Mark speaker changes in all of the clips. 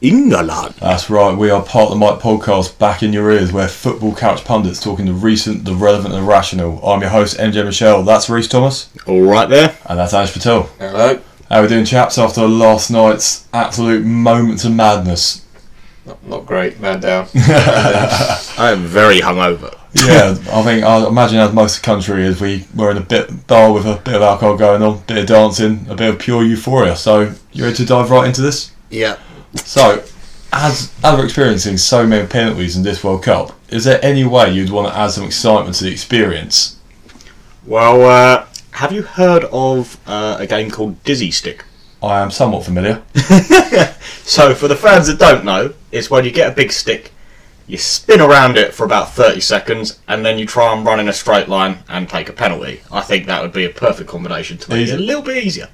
Speaker 1: England.
Speaker 2: That's right. We are part of the Mike Podcast, back in your ears, where football couch pundits talking the recent, the relevant, and the rational. I'm your host MJ Michelle. That's Reese Thomas,
Speaker 1: All right there.
Speaker 2: and that's Ash Patel.
Speaker 3: Hello.
Speaker 2: How we doing, chaps? After last night's absolute moment of madness.
Speaker 3: Not, not great, man down.
Speaker 1: I am very hungover.
Speaker 2: Yeah, I think I imagine as most of the country is, we were in a bit bar with a bit of alcohol going on, bit of dancing, a bit of pure euphoria. So you ready to dive right into this?
Speaker 1: Yeah.
Speaker 2: So, as as we're experiencing so many penalties in this World Cup, is there any way you'd want to add some excitement to the experience?
Speaker 1: Well, uh, have you heard of uh, a game called Dizzy Stick?
Speaker 2: I am somewhat familiar.
Speaker 1: So, for the fans that don't know, it's when you get a big stick, you spin around it for about 30 seconds, and then you try and run in a straight line and take a penalty. I think that would be a perfect combination to make
Speaker 2: Easy.
Speaker 1: it a little bit easier.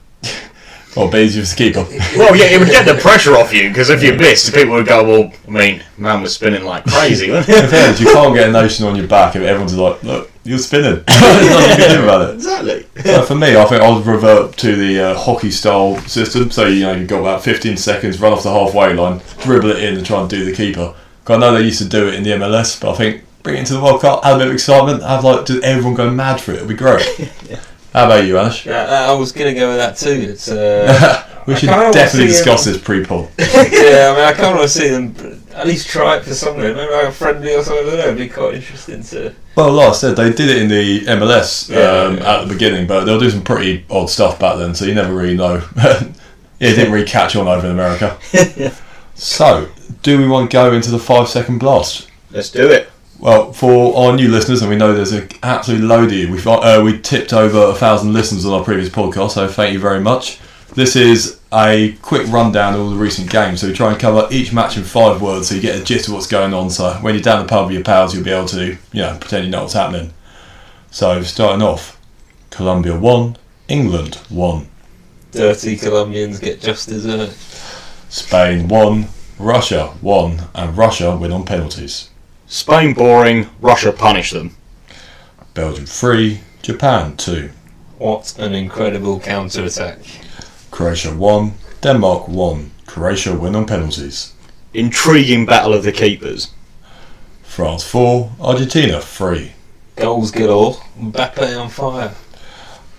Speaker 2: Or be easier to keep up.
Speaker 1: Well, yeah, it would get the pressure off you, because if you missed, people would go, well, I mean, man was spinning like crazy.
Speaker 2: In fairness, you can't get a notion on your back if everyone's like, look, you're spinning. There's nothing you can do about it.
Speaker 1: exactly.
Speaker 2: So for me, I think I'd revert to the uh, hockey style system. So, you know, you've got about 15 seconds, run off the halfway line, dribble it in and try and do the keeper. 'Cause I know they used to do it in the MLS, but I think bring it into the World Cup, add a bit of excitement, have like just everyone go mad for it. It'd be great. How about you, Ash?
Speaker 3: Yeah, I was gonna go with that too. It's uh,
Speaker 2: we
Speaker 3: I
Speaker 2: should
Speaker 3: kinda wanna
Speaker 2: definitely
Speaker 3: see, um,
Speaker 2: discuss this pre-pod.
Speaker 3: yeah. I mean, I kind of want to see them at least try it for something, maybe like a friendly or something. I don't know. It'd be quite interesting to.
Speaker 2: Well, like I said, they did it in the MLS
Speaker 3: Yeah,
Speaker 2: um,
Speaker 3: yeah.
Speaker 2: at the beginning, but they'll do some pretty odd stuff back then, so you never really know. it didn't really catch on over in America. so, do we want to go into the five second blast?
Speaker 1: Let's do it.
Speaker 2: Well, for our new listeners, and we know there's an absolute load of you, we've, uh, we tipped over a thousand listeners on our previous podcast, so thank you very much. This is a quick rundown of all the recent games, so we try and cover each match in five words so you get a gist of what's going on. So when you're down the pub with your pals, you'll be able to, you know, pretend you know what's happening. So starting off, Colombia 1, England 1,
Speaker 3: Dirty Colombians get just dessert.
Speaker 2: Spain 1, Russia 1, and Russia win on penalties.
Speaker 1: Spain boring, Russia punish them.
Speaker 2: Belgium 3, Japan 2.
Speaker 3: What an incredible counter attack!
Speaker 2: Croatia won, Denmark won, Croatia win on penalties.
Speaker 1: Intriguing battle of the keepers.
Speaker 2: France 4, Argentina 3,
Speaker 3: Goals galore. Mbappe on fire.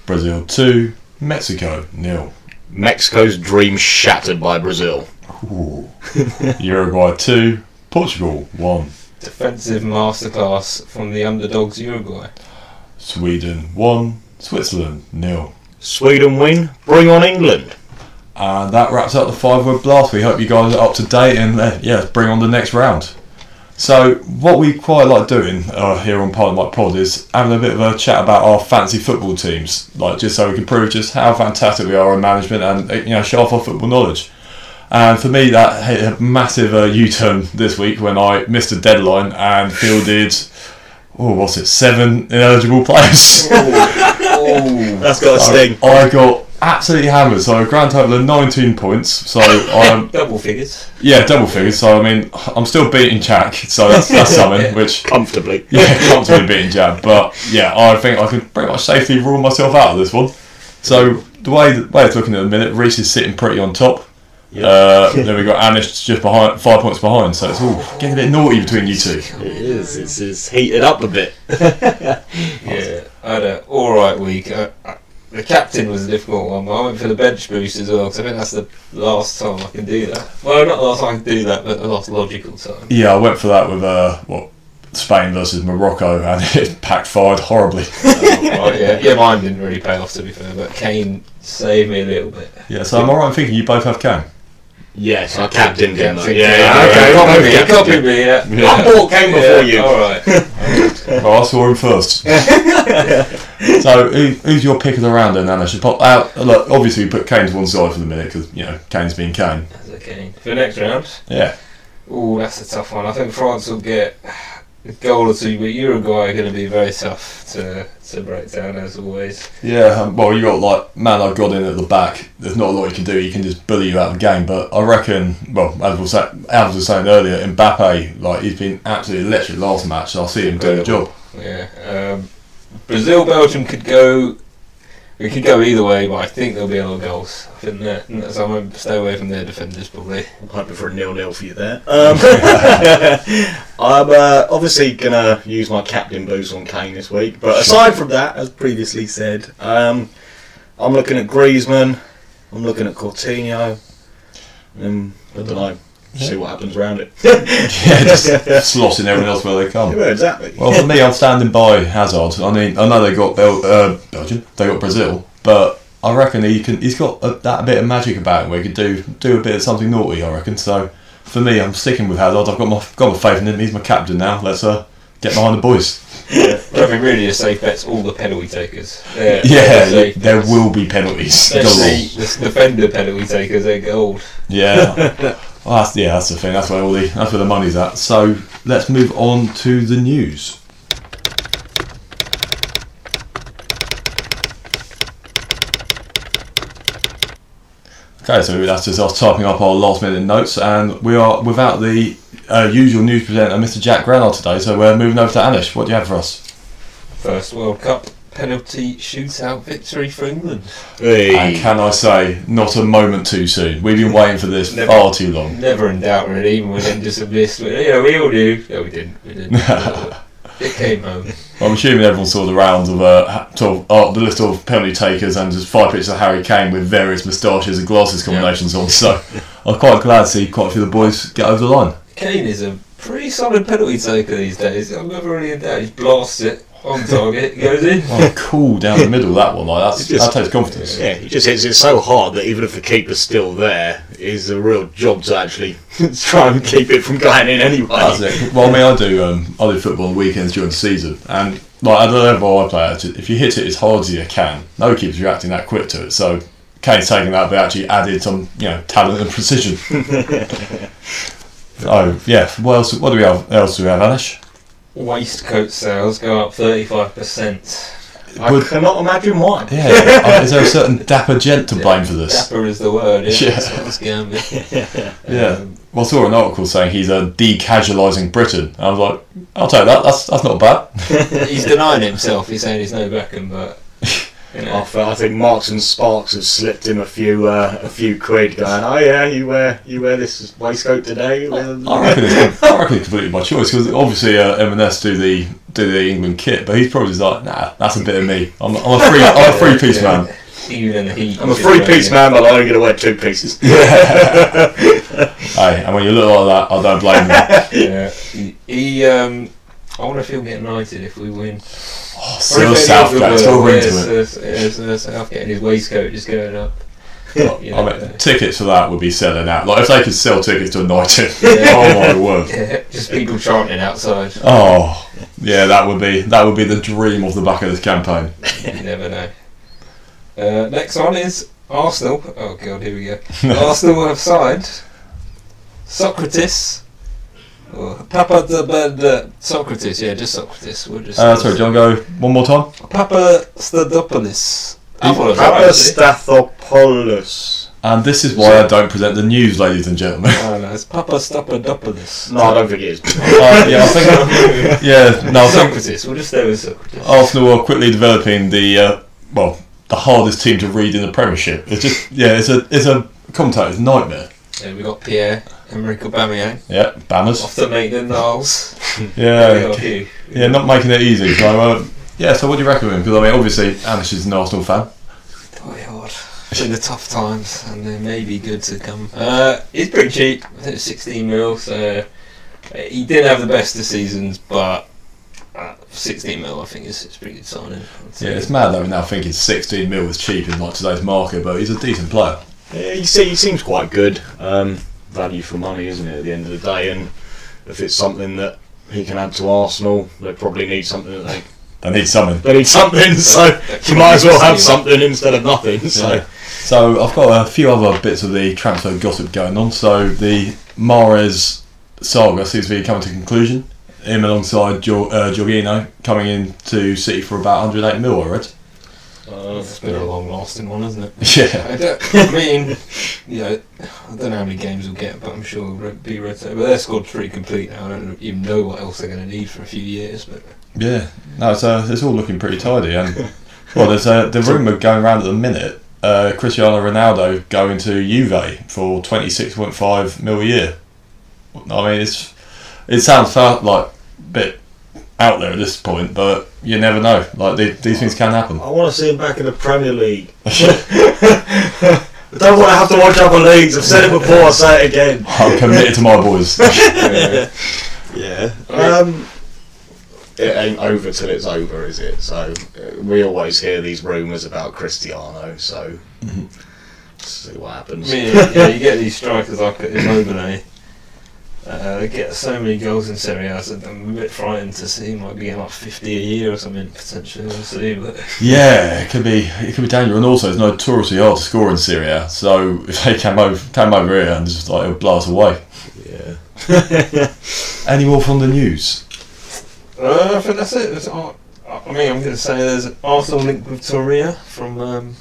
Speaker 2: Brazil 2, Mexico 0.
Speaker 1: Mexico's dream shattered by Brazil.
Speaker 2: Ooh. Uruguay 2, Portugal 1,
Speaker 3: Defensive masterclass from the underdogs Uruguay.
Speaker 2: Sweden 1, Switzerland 0.
Speaker 1: Sweden win, bring on England.
Speaker 2: And that wraps up the five word blast. We hope you guys are up to date and uh, yeah, bring on the next round. So, what we quite like doing uh, here on Part of My Pod is having a bit of a chat about our fancy football teams, like just so we can prove just how fantastic we are in management and uh, you know show off our football knowledge. And for me, that hit a massive uh, U-turn this week when I missed a deadline and fielded, oh, what's it, seven ineligible players.
Speaker 3: Oh,
Speaker 1: That's got a sting.
Speaker 2: I got absolutely hammered. So a grand total of 19 points. So I'm
Speaker 3: double figures.
Speaker 2: yeah double figures. So I mean I'm still beating Jack. So that's, that's something which
Speaker 1: Comfortably.
Speaker 2: yeah comfortably beating Jack. But yeah, I think I can pretty much safely rule myself out of this one. So the way the way it's looking at the minute, Reese is sitting pretty on top. Uh, then we got Anish just behind, five points behind. So it's all getting a bit naughty between you two.
Speaker 1: It is. It's, it's heated up a bit.
Speaker 3: Yeah, I had an alright week. I, I, the captain was a difficult one, but I went for the bench boost as well, because I think that's the last time I can do that. Well, not the last time I can do that, but the last logical time.
Speaker 2: Yeah, I went for that with uh, what Spain versus Morocco, and it backfired horribly.
Speaker 3: Right, yeah, yeah, mine didn't really pay off, to be fair, but Kane saved me a little bit.
Speaker 2: Yeah, so am I right in thinking you both have Kane?
Speaker 1: Yes,
Speaker 3: I
Speaker 1: I capped in, didn't I?
Speaker 3: Captain,
Speaker 1: Yeah, yeah,
Speaker 3: okay,
Speaker 1: yeah.
Speaker 3: copy
Speaker 1: Yeah.
Speaker 3: me, copy me, yeah.
Speaker 2: Yeah.
Speaker 1: I bought Kane before you.
Speaker 3: Alright.
Speaker 2: Oh, I saw him first. so, who, who's your pick of the round then, Anna? Should pop out. Look, obviously, we put Kane to one side for the minute because, you know, Kane's been Kane.
Speaker 3: That's a Kane. For the next round,
Speaker 2: Yeah.
Speaker 3: oh, that's a tough one. I think France will get a goal or two, but Uruguay are going to be very tough to, to break down, as always.
Speaker 2: Yeah, um, well, you got like man I've got in at the back. There's not a lot you can do. He can just bully you out of the game. But I reckon, well, as we say, as was saying earlier, Mbappe, like he's been absolutely electric last match. So I see him doing the job.
Speaker 3: Yeah. Um, Brazil Belgium could go. We could go either way, but I think there'll be a lot of goals. I think that, so I'm going to stay away from their defenders probably.
Speaker 1: I'm hoping for a nil-nil for you there. Um, I'm uh, obviously going to use my captain booze on Kane this week, but aside from that, as previously said, um, I'm looking at Griezmann, I'm looking at Coutinho, and I don't know, see what happens around it.
Speaker 2: Yeah, just slotting everyone else where they come.
Speaker 1: Yeah, exactly.
Speaker 2: Well, for me, I'm standing by Hazard. I mean, I know they got Bel- uh, Belgium, they got Brazil, but I reckon he can. He's got a, that bit of magic about him where he could do do a bit of something naughty. I reckon. So for me, I'm sticking with Hazard. I've got my got my faith in him. He's my captain now. Let's uh, get behind the boys.
Speaker 3: But I think really the safe bet's all the penalty takers. They're- they're
Speaker 2: Yeah,
Speaker 3: safe
Speaker 2: there
Speaker 3: bets.
Speaker 2: will be penalties.
Speaker 3: Especially
Speaker 2: galore.
Speaker 3: the defender penalty takers, they're gold.
Speaker 2: Yeah. Well, that's, yeah, that's the thing. That's where all the that's where the money's at. So let's move on to the news. Okay, so that's just us typing up our last minute notes, and we are without the uh, usual news presenter, Mr. Jack Granard, today. So we're moving over to Anish. What do you have for us?
Speaker 3: First World Cup penalty shootout victory for England.
Speaker 2: And
Speaker 1: Hey.
Speaker 2: can I say, not a moment too soon. We've been waiting for this
Speaker 1: Never.
Speaker 2: far too long.
Speaker 3: Never in doubt, really, even when Henderson missed. You know, we all knew. No, we didn't. We didn't. it came home.
Speaker 2: I'm assuming everyone saw the rounds of uh, ha- sort of, uh, the list of penalty takers and just five pictures of Harry Kane with various moustaches and glasses combinations on. So I'm quite glad to see quite a few of the boys get over the line.
Speaker 3: Kane is a pretty solid penalty taker these days. I'm never really in doubt. He blasts it on target, goes in.
Speaker 2: Oh, cool down the middle that one. Like that's,
Speaker 1: It just-
Speaker 2: that takes confidence.
Speaker 1: Yeah, he just hits it so hard that even if the keeper's still there, it's a real job to actually try and keep it from going in anyway.
Speaker 2: That's it. Well, I mean, I do um, I do football weekends during the season, and like at the level I play, at, if you hit it as hard as you can, no keeper's reacting that quick to it. So Kane's taking that, but actually added some you know talent and precision. so yeah, what else? What do we have? Else do we have, Anish?
Speaker 3: Waistcoat sales go up 35%.
Speaker 1: I
Speaker 2: Would-
Speaker 1: cannot imagine why.
Speaker 2: Yeah, uh, is there a certain dapper gent to blame for this?
Speaker 3: Dapper is the word, yeah.
Speaker 2: Yeah.
Speaker 3: That's what it's gonna be.
Speaker 2: Yeah.
Speaker 3: Um,
Speaker 2: Well, I saw an article saying he's uh, decasualising Britain. I was like, I'll take that. That's that's not bad.
Speaker 3: He's denying himself. He's saying he's no Beckham, but you
Speaker 1: I
Speaker 3: know,
Speaker 1: feel- I think Marks and Sparks have slipped him a few uh, a few quid, going, "Oh yeah, you wear you wear this waistcoat today." Um,
Speaker 2: I reckon it's, I reckon it's completely by choice because obviously uh, M&S do the do the England kit, but he's probably just like, nah, that's a bit of me. I'm, I'm a free I'm a free piece man.
Speaker 3: even in the heat.
Speaker 1: I'm a three-piece man, but I'm only going to wear two pieces.
Speaker 2: Hey, and when you look like that, I don't blame you.
Speaker 3: Yeah. He, he, um, I wonder if he'll get knighted if we win.
Speaker 2: Oh, Still Southgate, still ring
Speaker 3: uh,
Speaker 2: to it.
Speaker 3: South getting his waistcoat just going up. You know,
Speaker 2: I mean, tickets for that would be selling out. Like if they could sell tickets to a night, in,
Speaker 3: Yeah.
Speaker 2: oh my word.
Speaker 3: yeah, just people chanting outside.
Speaker 2: Oh, yeah, that would be that would be the dream of the back of this campaign.
Speaker 3: You never know. Uh, next one is Arsenal. Oh god, here we go. Arsenal have signed Socrates. Oh, Papa the uh, Socrates, yeah, just Socrates. We'll just
Speaker 2: Uh, sorry, do you want to go one more time?
Speaker 3: Papa Stadopoulos. Oh, I thought it was alright, actually.
Speaker 1: Papastathopoulos.
Speaker 2: And this is why I don't present the news, ladies and gentlemen.
Speaker 3: Oh, no, it's Papa Stadopoulos.
Speaker 1: No, I don't think it is.
Speaker 2: Uh, yeah, I think. Yeah, no, I think Oh.
Speaker 3: Socrates. We'll just stay with Socrates.
Speaker 2: Arsenal are quickly developing the uh, well the hardest team to read in the Premiership. It's just yeah, it's a it's a commentator's nightmare.
Speaker 3: Yeah, we got Pierre, Emerick Aubameyang,
Speaker 2: Yeah,
Speaker 3: off
Speaker 2: banners.
Speaker 3: to Maitland Niles. We got a
Speaker 2: Yeah,
Speaker 3: few.
Speaker 2: yeah, not making it easy. So uh, yeah, so what do you recommend? Because I mean, obviously, Anish is an Arsenal fan.
Speaker 3: Die hard. In the tough times, and they may be good to come. Uh, he's pretty cheap. I think it's 16 mil, so uh, he didn't have the best of seasons, but uh, 16 mil, I think, is it's a pretty good signing. I'd say.
Speaker 2: Yeah, it's mad that we now think he's 16 mil was cheap in like today's market, but he's a decent player.
Speaker 1: Yeah, he, se- he seems quite good. Um, value for money, isn't it? At the end of the day, and if it's something that he can add to Arsenal, they probably need something. That they
Speaker 2: They need something.
Speaker 1: they need something, so you might as well have something instead of nothing. So.
Speaker 2: Yeah. So I've got a few other bits of the transfer gossip going on. So the Mares saga seems to be coming to conclusion. Him alongside Jor- uh, Jorginho coming into City for about 108 mil, I read.
Speaker 1: Uh,
Speaker 3: It's been a long lasting one, hasn't it?
Speaker 2: Yeah.
Speaker 3: I, don't, I mean, you know, I don't know how many games we'll get, but I'm sure we'll be rotated. But their squad's pretty complete now. I don't even know what else they're going to need for a few years, but
Speaker 2: Yeah. No, it's, uh, it's all looking pretty tidy. And Well, there's a, the rumour going around at the minute uh, Cristiano Ronaldo going to Juve for 26.5 mil a year. I mean, it's it sounds far, like a bit out there at this point, but you never know. Like, the- these things can happen.
Speaker 1: I want to see him back in the Premier League. I don't want to have to watch other leagues. I've said it before. I'll say it again.
Speaker 2: I'm committed to my boys.
Speaker 3: Yeah.
Speaker 1: Yeah. Um, it ain't over till it's over, is it? So uh, we always hear these rumours about Cristiano. So let's see what
Speaker 3: I
Speaker 1: happens.
Speaker 3: mean, yeah, you get these strikers like Immobile. Uh, they get so many goals in Serie A, so I'm a bit frightened to see. Might be getting like 50 a year or something potentially. We'll see. But
Speaker 2: Yeah, it could be it could be dangerous, and also it's notoriously hard to score in Syria. So if they came over came over here and just like it'll blow us away.
Speaker 1: Yeah.
Speaker 2: Any more from the news?
Speaker 3: Uh, I think that's it. It's all- I mean, I'm going to say there's an Arsenal link with Torreira from um,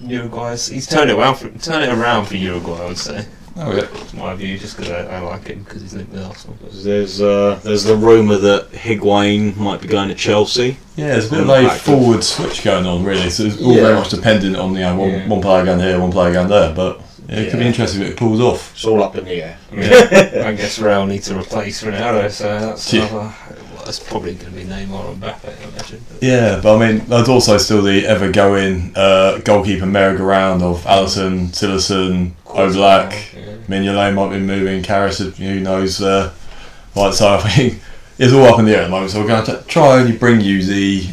Speaker 3: Uruguay. He's turned it around for turned it around for Uruguay. I would say,
Speaker 2: Oh yeah,
Speaker 3: It's my view, just because I, I like him because he's linked with Arsenal. But
Speaker 1: There's uh, there's the rumour that Higuain might be going to Chelsea.
Speaker 2: yeah. There's a bit of
Speaker 1: Well,
Speaker 2: a
Speaker 1: back to-
Speaker 2: forward switch going on really. So it's all very
Speaker 3: Yeah.
Speaker 2: much dependent on you know one,
Speaker 3: Yeah.
Speaker 2: one player going here, one player going there. But yeah, it could be
Speaker 1: Yeah.
Speaker 2: interesting if it pulls off.
Speaker 1: It's all up in the air.
Speaker 3: I, mean, I guess Real need to replace Ronaldo, so that's
Speaker 2: Yeah.
Speaker 3: another. Well, that's probably going to be Neymar or Mbappe, I imagine. But
Speaker 2: Yeah, but I mean, there's also still the ever going uh, goalkeeper merry-go-round of Allison, Tillerson, Oblak.
Speaker 3: Yeah.
Speaker 2: Mignolet might be moving. Karras, if- who knows? Uh, right, so I think it's all up in the air at the moment. So we're going to try only bring you the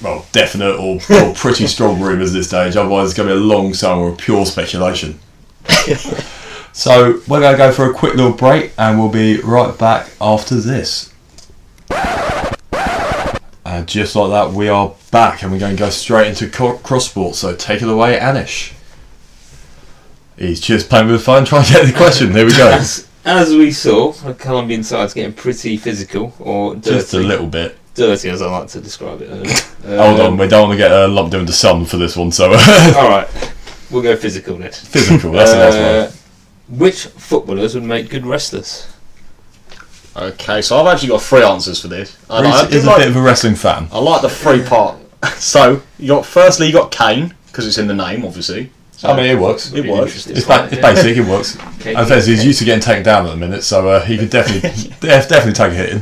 Speaker 2: well definite or, or pretty strong rumours this stage. Otherwise, it's going to be a long summer of pure speculation. so we're going to go for a quick little break, and we'll be right back after this. And just like that, we are back, and we're going to go straight into co- cross sports. So take it away, Anish. He's just playing with the phone, trying to get the question. There we go.
Speaker 3: As, as we saw, the Colombian side's getting pretty physical or dirty,
Speaker 2: Just a little bit.
Speaker 3: dirty as I like to describe it. earlier.
Speaker 2: Hold
Speaker 3: Um,
Speaker 2: on, we don't want to get uh, lumped in with the sun for this one, so
Speaker 3: All right, we'll go physical next.
Speaker 2: physical, that's the
Speaker 3: Uh,
Speaker 2: last
Speaker 3: Which footballers would make good wrestlers?
Speaker 1: Okay, so I've actually got three answers for this.
Speaker 2: one.
Speaker 1: And I
Speaker 2: Reece
Speaker 1: do
Speaker 2: is a
Speaker 1: like-
Speaker 2: bit of a wrestling fan.
Speaker 1: I like the three part. So you got firstly you got Kane because it's in the name, obviously. So,
Speaker 2: I mean, it works.
Speaker 1: It works.
Speaker 2: It's, ba- it's basic, it works.
Speaker 3: Okay.
Speaker 2: And he's used to getting taken down at the minute, so uh, he could definitely def- definitely take a hitting.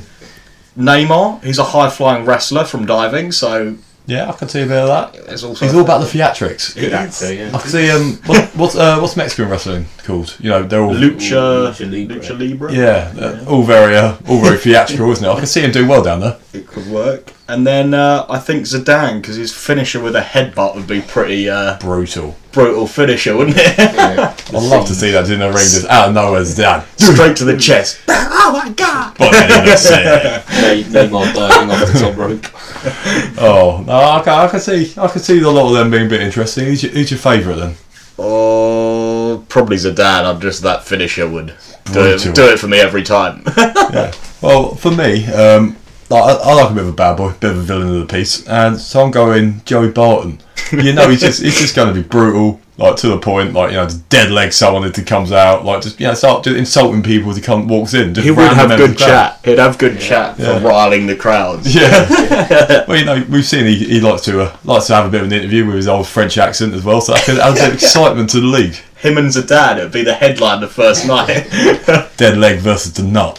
Speaker 1: Neymar, he's a high flying wrestler from diving, so
Speaker 2: Yeah, I can see a bit of that.
Speaker 1: there's also
Speaker 2: He's all about the theatrics.
Speaker 1: Good actor,
Speaker 3: yeah.
Speaker 2: I can see um, what, what's uh, what's Mexican wrestling called? You know, they're all
Speaker 1: lucha,
Speaker 3: Lucha Libre.
Speaker 1: lucha libre.
Speaker 2: yeah, uh, all very uh, all very theatrical, isn't it? I can see him do well down there.
Speaker 1: it could work. And then uh, I think Zidane because his finisher with a headbutt would be pretty uh,
Speaker 2: Brutal.
Speaker 1: brutal finisher, wouldn't it?
Speaker 2: I'd love to see that in a ring just out of nowhere's down.
Speaker 1: Straight to the chest. oh my god!
Speaker 2: But anyway, yeah.
Speaker 3: Neymar diving off the top rope.
Speaker 2: Oh, no, I can, I can see, I can see a lot of them being a bit interesting. Who's your, who's your favourite then?
Speaker 1: Oh, probably Zidane. I'm just that finisher would do
Speaker 2: Brutal.
Speaker 1: it, do it for me every time.
Speaker 2: Well, for me, um, I, I like a bit of a bad boy, bit of a villain of the piece, and so I'm going Joey Barton. You know, he's just, he's just going to be brutal, like to the point, like you know, just dead leg someone if he comes out, like just you know, start just insulting people as he comes walks in. Just
Speaker 1: He would
Speaker 2: random
Speaker 1: have
Speaker 2: members of the
Speaker 1: good
Speaker 2: crowd.
Speaker 1: chat. He'd have good chat for
Speaker 2: Yeah.
Speaker 1: riling the crowds.
Speaker 2: Yeah. well, you know, we've seen he, he likes to uh, likes to have a bit of an interview with his old French accent as well, so that could add a bit of excitement to the league.
Speaker 1: Him and Zidane would be the headline the first night.
Speaker 2: Dead leg versus the nut.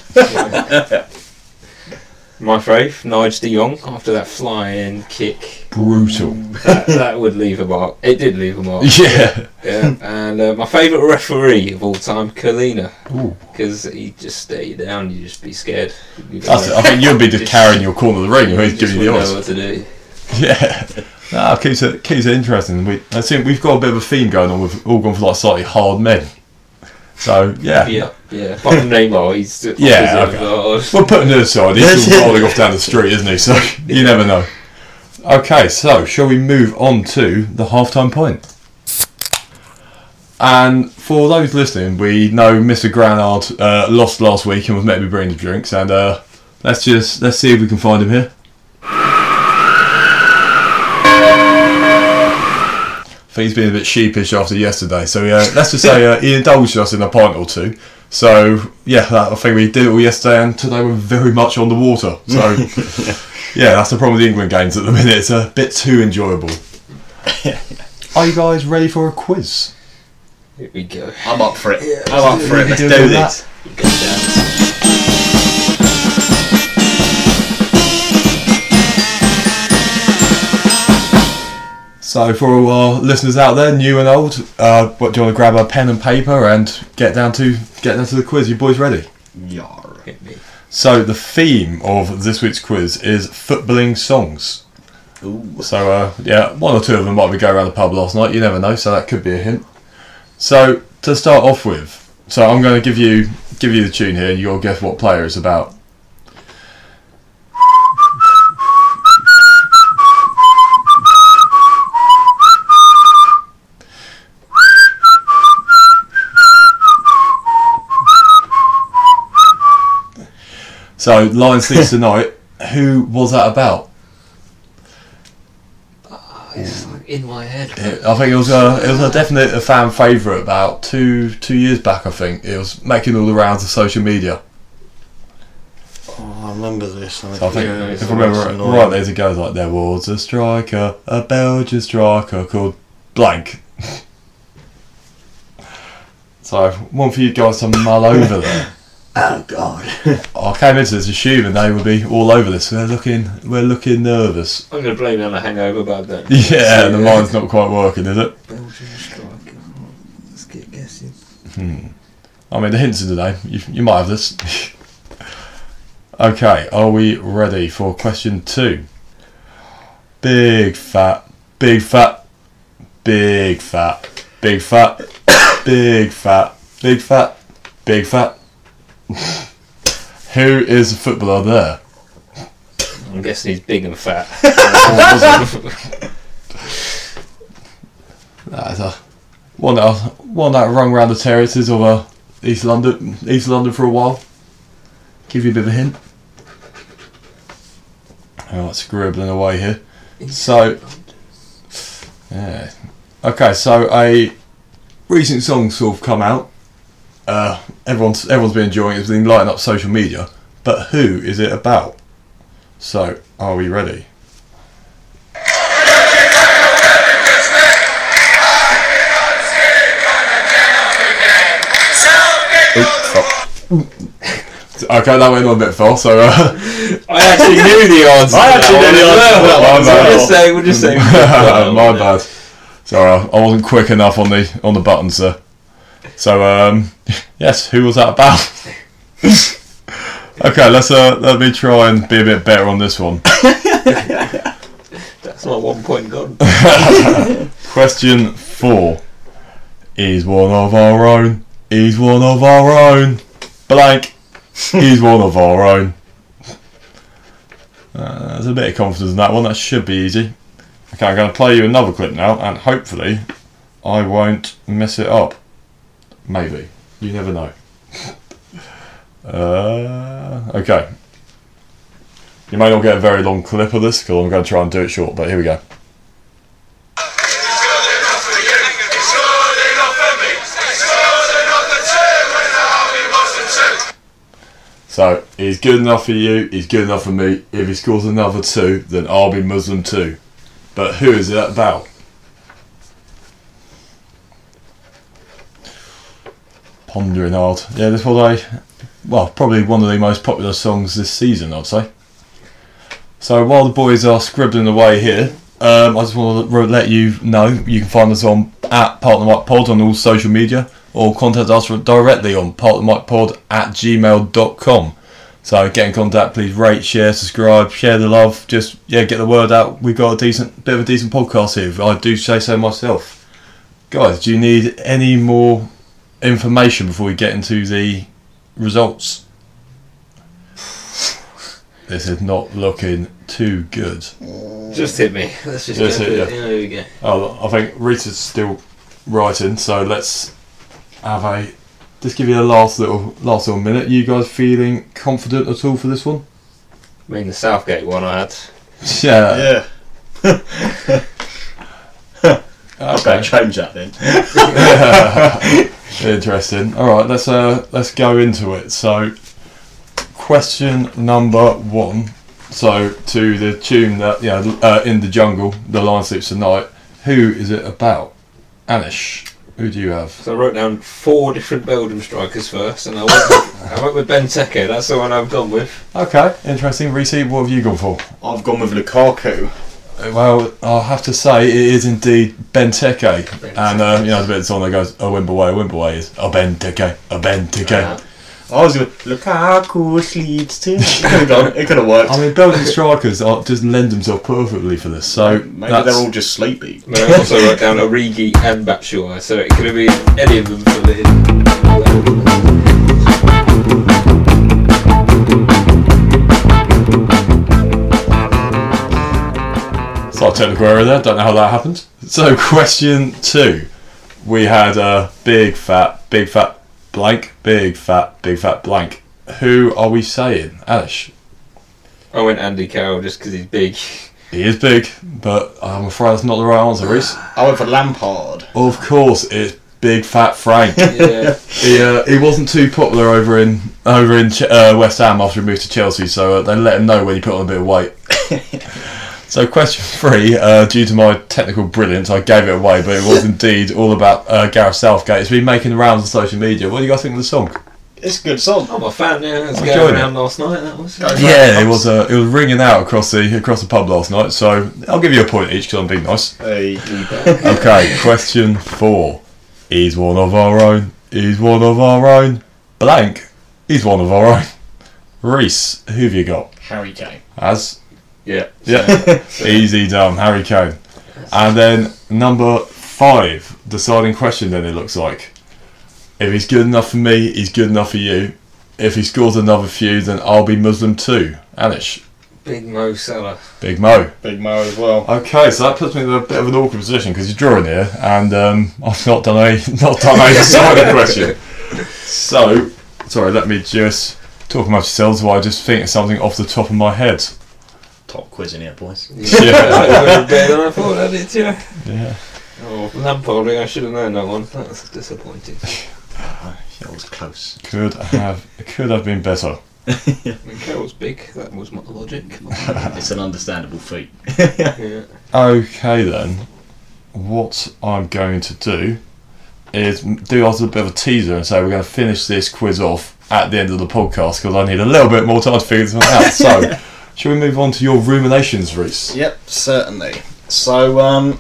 Speaker 3: My fave, Nige de Jong, after that flying kick.
Speaker 2: Brutal.
Speaker 3: That, that would leave a mark. It did leave a mark.
Speaker 2: Yeah.
Speaker 3: Yeah. And uh, my favourite referee of all time, Kalina.
Speaker 2: Ooh.
Speaker 3: Because he just stayed down, you'd just be scared. You'd be
Speaker 2: That's it. I think you'd be just carrying your corner of the ring. He's
Speaker 3: just
Speaker 2: giving you the
Speaker 3: wouldn't
Speaker 2: odds.
Speaker 3: know what to do.
Speaker 2: Yeah. No, keeps it keeps it interesting. We I think we've got a bit of a theme going on. We've all gone for like slightly hard men. So yeah,
Speaker 3: Yeah, yeah. Apart from Neymar, he's the
Speaker 2: Yeah,
Speaker 3: opposite of
Speaker 2: we're putting it aside. He's still rolling off down the street, isn't he? So you never know. Okay, so shall we move on to the halftime point? And for those listening, we know Mr. Granard uh, lost last week and was meant to be bringing the drinks. And uh, let's just let's see if we can find him here. I think he's been a bit sheepish after yesterday. So uh, let's just say uh, he indulged us in a pint or two. So yeah, that, I think we did it all yesterday, and today we're very much on the water. So yeah, that's the problem with the England games at the minute. It's a bit too enjoyable. Are you guys ready for a quiz?
Speaker 3: Here we go.
Speaker 1: I'm up for it.
Speaker 3: Yeah,
Speaker 1: I'm up
Speaker 2: let's
Speaker 1: for
Speaker 2: do
Speaker 1: it.
Speaker 2: it.
Speaker 1: Let's
Speaker 2: We
Speaker 1: do
Speaker 2: can do
Speaker 1: this.
Speaker 2: So, for all our listeners out there, new and old, uh, what do you want to grab a pen and paper and get down to get down to the quiz? You boys ready?
Speaker 1: Yar.
Speaker 3: Hit me.
Speaker 2: So, the theme of this week's quiz is footballing songs.
Speaker 1: Ooh.
Speaker 2: So uh, yeah, one or two of them might be going around the pub last night. You never know, so that could be a hint. So to start off with, so I'm going to give you give you the tune here, and you'll guess what player it's about. So Lions Thieves tonight. Who was that about?
Speaker 3: Oh, it's like in my head.
Speaker 2: It- I think it was a it was a definite a fan favourite about two two years back. I think it was making all the rounds of social media.
Speaker 4: Oh, I remember this. and
Speaker 2: So I think
Speaker 3: Yeah,
Speaker 2: if
Speaker 3: it's
Speaker 2: I remember
Speaker 4: it's
Speaker 2: right,
Speaker 4: annoying.
Speaker 2: right, there's a guy like there was a striker, a Belgian striker called blank. so one for you guys to mull over there.
Speaker 4: Oh God.
Speaker 2: I came into this assuming they would be all over this. We're looking we're looking nervous.
Speaker 3: I'm going to blame it on a hangover, but I don't.
Speaker 2: Yeah, the mind's not quite working, is it?
Speaker 3: Belgian striker. Let's get guessing.
Speaker 2: I mean, the hints of the day. You, you might have this. okay, are we ready for question two? Big fat, big fat, big fat, big fat, big fat, big fat, big fat. Who is the footballer there?
Speaker 3: I'm guessing he's big and fat.
Speaker 2: That is a one that one that rung round the terraces of uh, East London, East London for a while. Give you a bit of a hint. Oh, it's scribbling away here. So, yeah. Okay, so a recent song sort of come out. Uh, everyone's everyone's been enjoying it. It's been lighting up social media. But who is it about? So, are we ready? Okay, that went on a bit far. So, uh,
Speaker 3: I actually knew the answer.
Speaker 2: I
Speaker 3: to
Speaker 2: actually
Speaker 3: that
Speaker 2: knew the
Speaker 3: one as
Speaker 2: answer to that one,
Speaker 3: well. So
Speaker 2: but-
Speaker 3: We'll just say, we'll just say.
Speaker 2: my bad. Sorry, I I wasn't quick enough on the on the buttons there. So, um, yes, who was that about? okay, let's uh, let me try and be a bit better on this one.
Speaker 3: That's my one point gone.
Speaker 2: Question four. He's one of our own. He's one of our own. Blank. He's one of our own. Uh, there's a bit of confidence in that one. That should be easy. Okay, I'm going to play you another clip now, and hopefully, I won't mess it up. Maybe. You never know. Uh, okay. You may not get a very long clip of this because I'm going to try and do it short, but here we go. So he's good enough for you. He's good enough for me. If he scores another two, then I'll be Muslim too. But who is that about? Pondering hard. Yeah, this was a well, probably one of the most popular songs this season, I'd say. So while the boys are scribbling away here, um, I just want to let you know you can find us on at Partner Mike Pod on all social media or contact us directly on partnermikepod at gmail.com. So get in contact, please rate, share, subscribe, share the love, just yeah, get the word out. We've got a decent bit of a decent podcast here. I do say so myself. Guys, do you need any more information before we get into the results? This is not looking too good.
Speaker 3: Just hit me. Let's just
Speaker 2: Just
Speaker 3: go
Speaker 2: hit
Speaker 3: for it.
Speaker 2: you.
Speaker 3: Yeah, there we go.
Speaker 2: Oh, I think Rita's still writing, so let's have a just give you a last little last little minute. You guys feeling confident at all for this one?
Speaker 3: I mean, the Southgate one I had.
Speaker 2: Yeah.
Speaker 1: Yeah. Okay, change that then.
Speaker 2: Interesting. All right, let's uh let's go into it. So, question number one. So to the tune that yeah uh, in the jungle, the lion sleeps tonight. who is it about? Anish, who do you have?
Speaker 3: So I wrote down four different Belgium strikers first, and I went with, I went with Benteke. That's the one I've gone with.
Speaker 2: Okay, interesting. Reese, what have you gone for?
Speaker 1: I've gone with Lukaku.
Speaker 2: Uh, Well, I'll have to say it is indeed Benteke, and uh, you know there's a bit of song that goes "Oh, "A Wimbaway, a Wimbaway" is oh, "A Benteke, a Benteke."
Speaker 1: I was going Lukaku leads to. It could have gone. It could have worked.
Speaker 2: I mean, Belgian strikers are, just lend themselves perfectly for this. So
Speaker 1: Maybe
Speaker 2: that's-
Speaker 1: they're all just sleepy.
Speaker 3: But I also wrote down Origi and Batshuayi, so it could have been any of them for the.
Speaker 2: It's not a technical error there. Don't know how that happened. So, question two. We had a big fat, big fat blank, big fat, big fat blank. Who are we saying? Ash.
Speaker 3: I went Andy Carroll just because he's big.
Speaker 2: He is big, but I'm afraid that's not the right answer, Reese.
Speaker 1: I went for Lampard.
Speaker 2: Of course, it's big fat Frank.
Speaker 3: Yeah.
Speaker 2: he, uh, he wasn't too popular over in over in Ch- uh, West Ham after he moved to Chelsea, so uh, they let him know when he put on a bit of weight. so, question three, uh, due to my technical brilliance, I gave it away, but it was indeed all about uh, Gareth Southgate. It's been making the rounds on social media. What do you guys think of the song?
Speaker 1: It's a good song.
Speaker 3: I'm a fan, yeah. It was
Speaker 2: I
Speaker 3: going
Speaker 2: enjoyed
Speaker 3: around last night, that was.
Speaker 2: Yeah, it was uh, it was ringing out across the across the pub last night. So I'll give you a point each because I'm being nice.
Speaker 1: Hey.
Speaker 2: Okay, question four. He's one of our own. He's one of our own. Blank. He's one of our own. Reese, who have you got?
Speaker 1: Harry Kane.
Speaker 2: As
Speaker 3: Yeah.
Speaker 2: yeah, easy done, Harry Kane. And then number five, deciding question. Then it looks like if he's good enough for me, he's good enough for you. If he scores another few, then I'll be Muslim too. Anish,
Speaker 3: Big Mo Salah.
Speaker 2: Big Mo.
Speaker 1: Big Mo as well.
Speaker 2: Okay, so that puts me in a bit of an awkward position because you're drawing here, and um, I've not done a not done a deciding question. So, sorry, let me just talk amongst yourselves while I just think of something off the top of my head.
Speaker 1: Top quiz in here, boys.
Speaker 2: Yeah.
Speaker 3: better than I thought I did, yeah.
Speaker 2: Yeah.
Speaker 3: Oh, Lampard, I should have known that one. That was disappointing.
Speaker 1: That was close.
Speaker 2: Could have could have been better.
Speaker 3: I mean, Carroll's big, that was my logic.
Speaker 1: It's an understandable feat.
Speaker 3: yeah.
Speaker 2: Okay then, what I'm going to do is do us a bit of a teaser and say we're going to finish this quiz off at the end of the podcast because I need a little bit more time to figure this one out. So, shall we move on to your ruminations, Reese?
Speaker 1: Yep, certainly. So, um,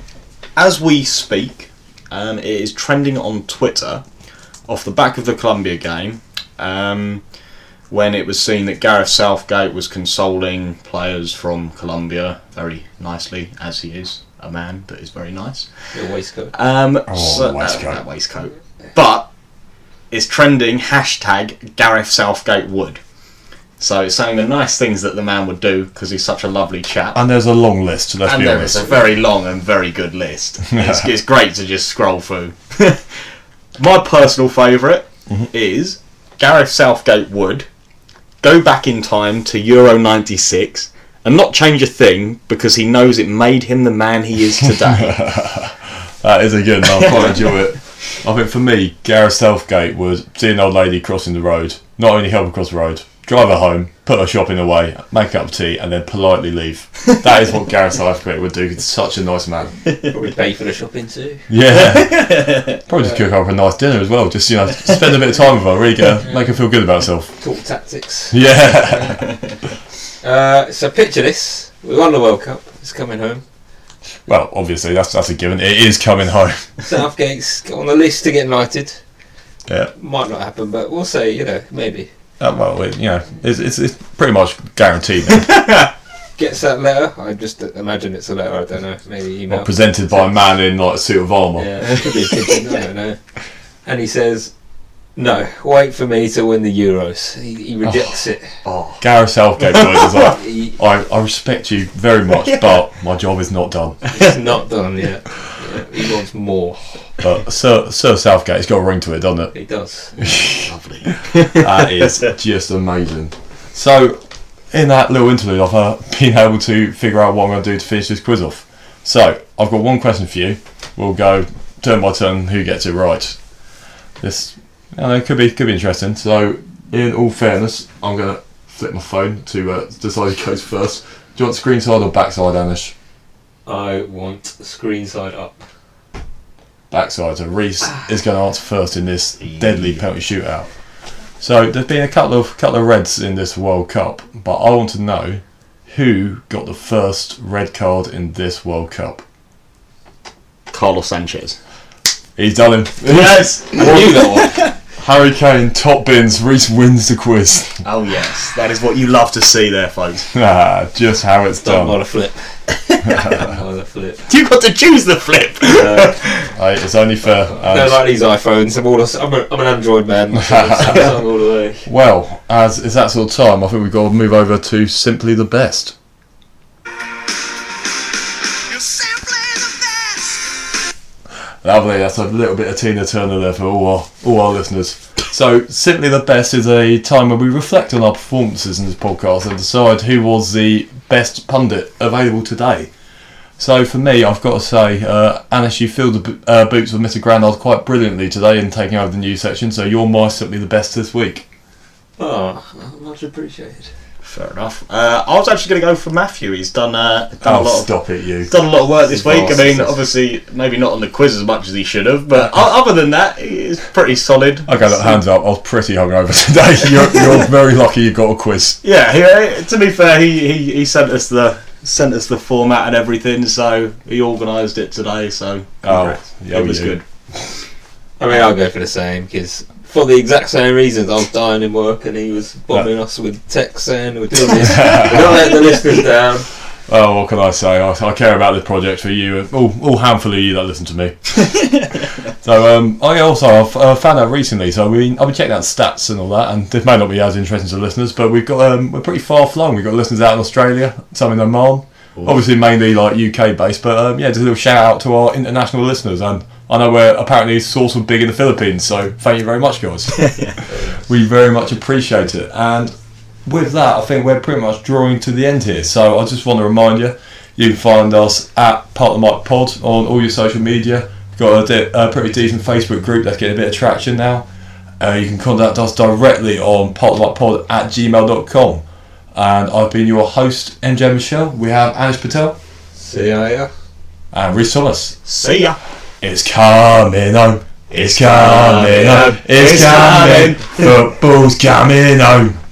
Speaker 1: as we speak, um, it is trending on Twitter off the back of the Columbia game um, when it was seen that Gareth Southgate was consoling players from Colombia very nicely, as he is a man that is very nice.
Speaker 3: Your waistcoat.
Speaker 1: Um,
Speaker 2: Oh,
Speaker 1: so-
Speaker 2: waistcoat.
Speaker 1: uh, that waistcoat. But it's trending hashtag Gareth Southgate would. So it's saying the nice things that the man would do because he's such a lovely chap.
Speaker 2: And there's a long list. Let's
Speaker 1: and
Speaker 2: be
Speaker 1: there is a
Speaker 2: honest.
Speaker 1: very long and very good list. It's, it's great to just scroll through. My personal favorite is Gareth Southgate would go back in time to Euro 96 and not change a thing because he knows it made him the man he is today.
Speaker 2: That is a good one. I quite enjoy it. I think for me, Gareth Southgate was seeing an old lady crossing the road. Not only help her cross the road, drive her home, put her shopping away, make her up tea, and then politely leave. That is what Gareth Southgate would do. He's such a nice man.
Speaker 3: Probably pay for the shopping too.
Speaker 2: Yeah. Probably just cook her up a nice dinner as well. Just you know, spend a bit of time with her. Really get her, make her feel good about herself.
Speaker 3: Talk tactics.
Speaker 2: Yeah.
Speaker 3: Uh, so picture this: we won the World Cup. It's coming home.
Speaker 2: Well, obviously that's that's a given. It is coming home.
Speaker 3: Southgate's on the list to get knighted.
Speaker 2: Yeah.
Speaker 3: Might not happen, but we'll say you know maybe
Speaker 2: Uh, well, it, you know, it's, it's it's pretty much guaranteed. now.
Speaker 3: gets that letter. I just imagine it's a letter. I don't know. Maybe email.
Speaker 2: Well, presented by a man in like a suit of armour.
Speaker 3: yeah, it could be a pigeon. I don't know. And he says, "No, wait for me to win the Euros." He, he rejects it.
Speaker 1: oh,
Speaker 2: Gareth Southgate was like,
Speaker 3: He,
Speaker 2: I, I respect you very much, but my job is not done.
Speaker 3: it's not done yet. Yeah, he wants more.
Speaker 2: But Sir, Sir Southgate's got a ring to it, doesn't it?
Speaker 3: He does.
Speaker 1: lovely.
Speaker 2: That is just amazing. So, in that little interlude, I've uh, been able to figure out what I'm going to do to finish this quiz off. So, I've got one question for you. We'll go turn by turn who gets it right. This I don't know, could be could be interesting. So, in all fairness, I'm going to flip my phone to uh, decide who goes first. Do you want screen side or backside, Anish?
Speaker 3: I want screen side up.
Speaker 2: backside. So Reese is going to answer first in this deadly penalty shootout. So there's been a couple of couple of reds in this World Cup, but I want to know who got the first red card in this World Cup.
Speaker 1: Carlos Sanchez.
Speaker 2: He's done him.
Speaker 1: Yes.
Speaker 3: I knew that one.
Speaker 2: Harry Kane top bins. Reese wins the quiz.
Speaker 1: Oh yes, that is what you love to see there, folks.
Speaker 2: ah, just how it's done.
Speaker 3: Don't bother flip. Don't bother flip.
Speaker 1: You got to choose the flip.
Speaker 2: Hey, it's only fair.
Speaker 3: They're
Speaker 2: And-
Speaker 3: like these iPhones. I'm, all, I'm, a, I'm an Android man. Samsung all the way.
Speaker 2: Well, as it's that sort of time, I think we've got to move over to simply the best. Lovely, that's a little bit of Tina Turner there for all our, all our listeners. So, Simply the Best is a time where we reflect on our performances in this podcast and decide who was the best pundit available today. So, for me, I've got to say, uh, Anish, you filled the bo- uh, boots with Mr. Grandard quite brilliantly today in taking over the news section, so you're my Simply the Best this week.
Speaker 3: Oh, much appreciated.
Speaker 1: Fair enough. Uh, I was actually going to go for Matthew. He's done uh, done a
Speaker 2: Oh,
Speaker 1: lot. Of,
Speaker 2: stop it, you.
Speaker 1: he's done a lot of work this week. I mean,
Speaker 2: Bastards.
Speaker 1: obviously, maybe not on the quiz as much as he should have, but o- other than that, it's pretty solid.
Speaker 2: Okay, look, hands up. I was pretty hungover today. You're, you're very lucky you got a quiz.
Speaker 1: Yeah, he, uh, to be fair, he, he, he sent us the sent us the format and everything, so he organised it today. So congrats.
Speaker 2: Oh, yeah,
Speaker 1: it was
Speaker 2: you.
Speaker 1: good.
Speaker 3: I mean, I'll go for the same because for the exact same reasons, I was dying in work and he was bombing us with text saying we're doing this. we're not letting the listeners down.
Speaker 2: Oh, what can I say? I, I care about this project for you, and all, all handful of you that listen to me. so, um, I also I've, uh, found out recently. So, we I've been checking out stats and all that, and this may not be as interesting to listeners, but we've got um, we're pretty far flung. We've got listeners out in Australia, some in Oman, obviously mainly like UK based, but um, yeah, just a little shout out to our international listeners, and I know we're apparently sort of big in the Philippines, so thank you very much, guys. we very much appreciate it, and with that, I think we're pretty much drawing to the end here. So I just want to remind you, you can find us at Part of the Mic Pod on all your social media. We've got a, de- a pretty decent Facebook group that's getting a bit of traction now. Uh, you can contact us directly on partofthemicpod at gmail.com. And I've been your host, MJ Michelle. We have Anish Patel
Speaker 3: See ya. yeah.
Speaker 2: and Rhys Thomas.
Speaker 1: See ya.
Speaker 2: It's coming home. It's coming home. It's coming. Football's coming home.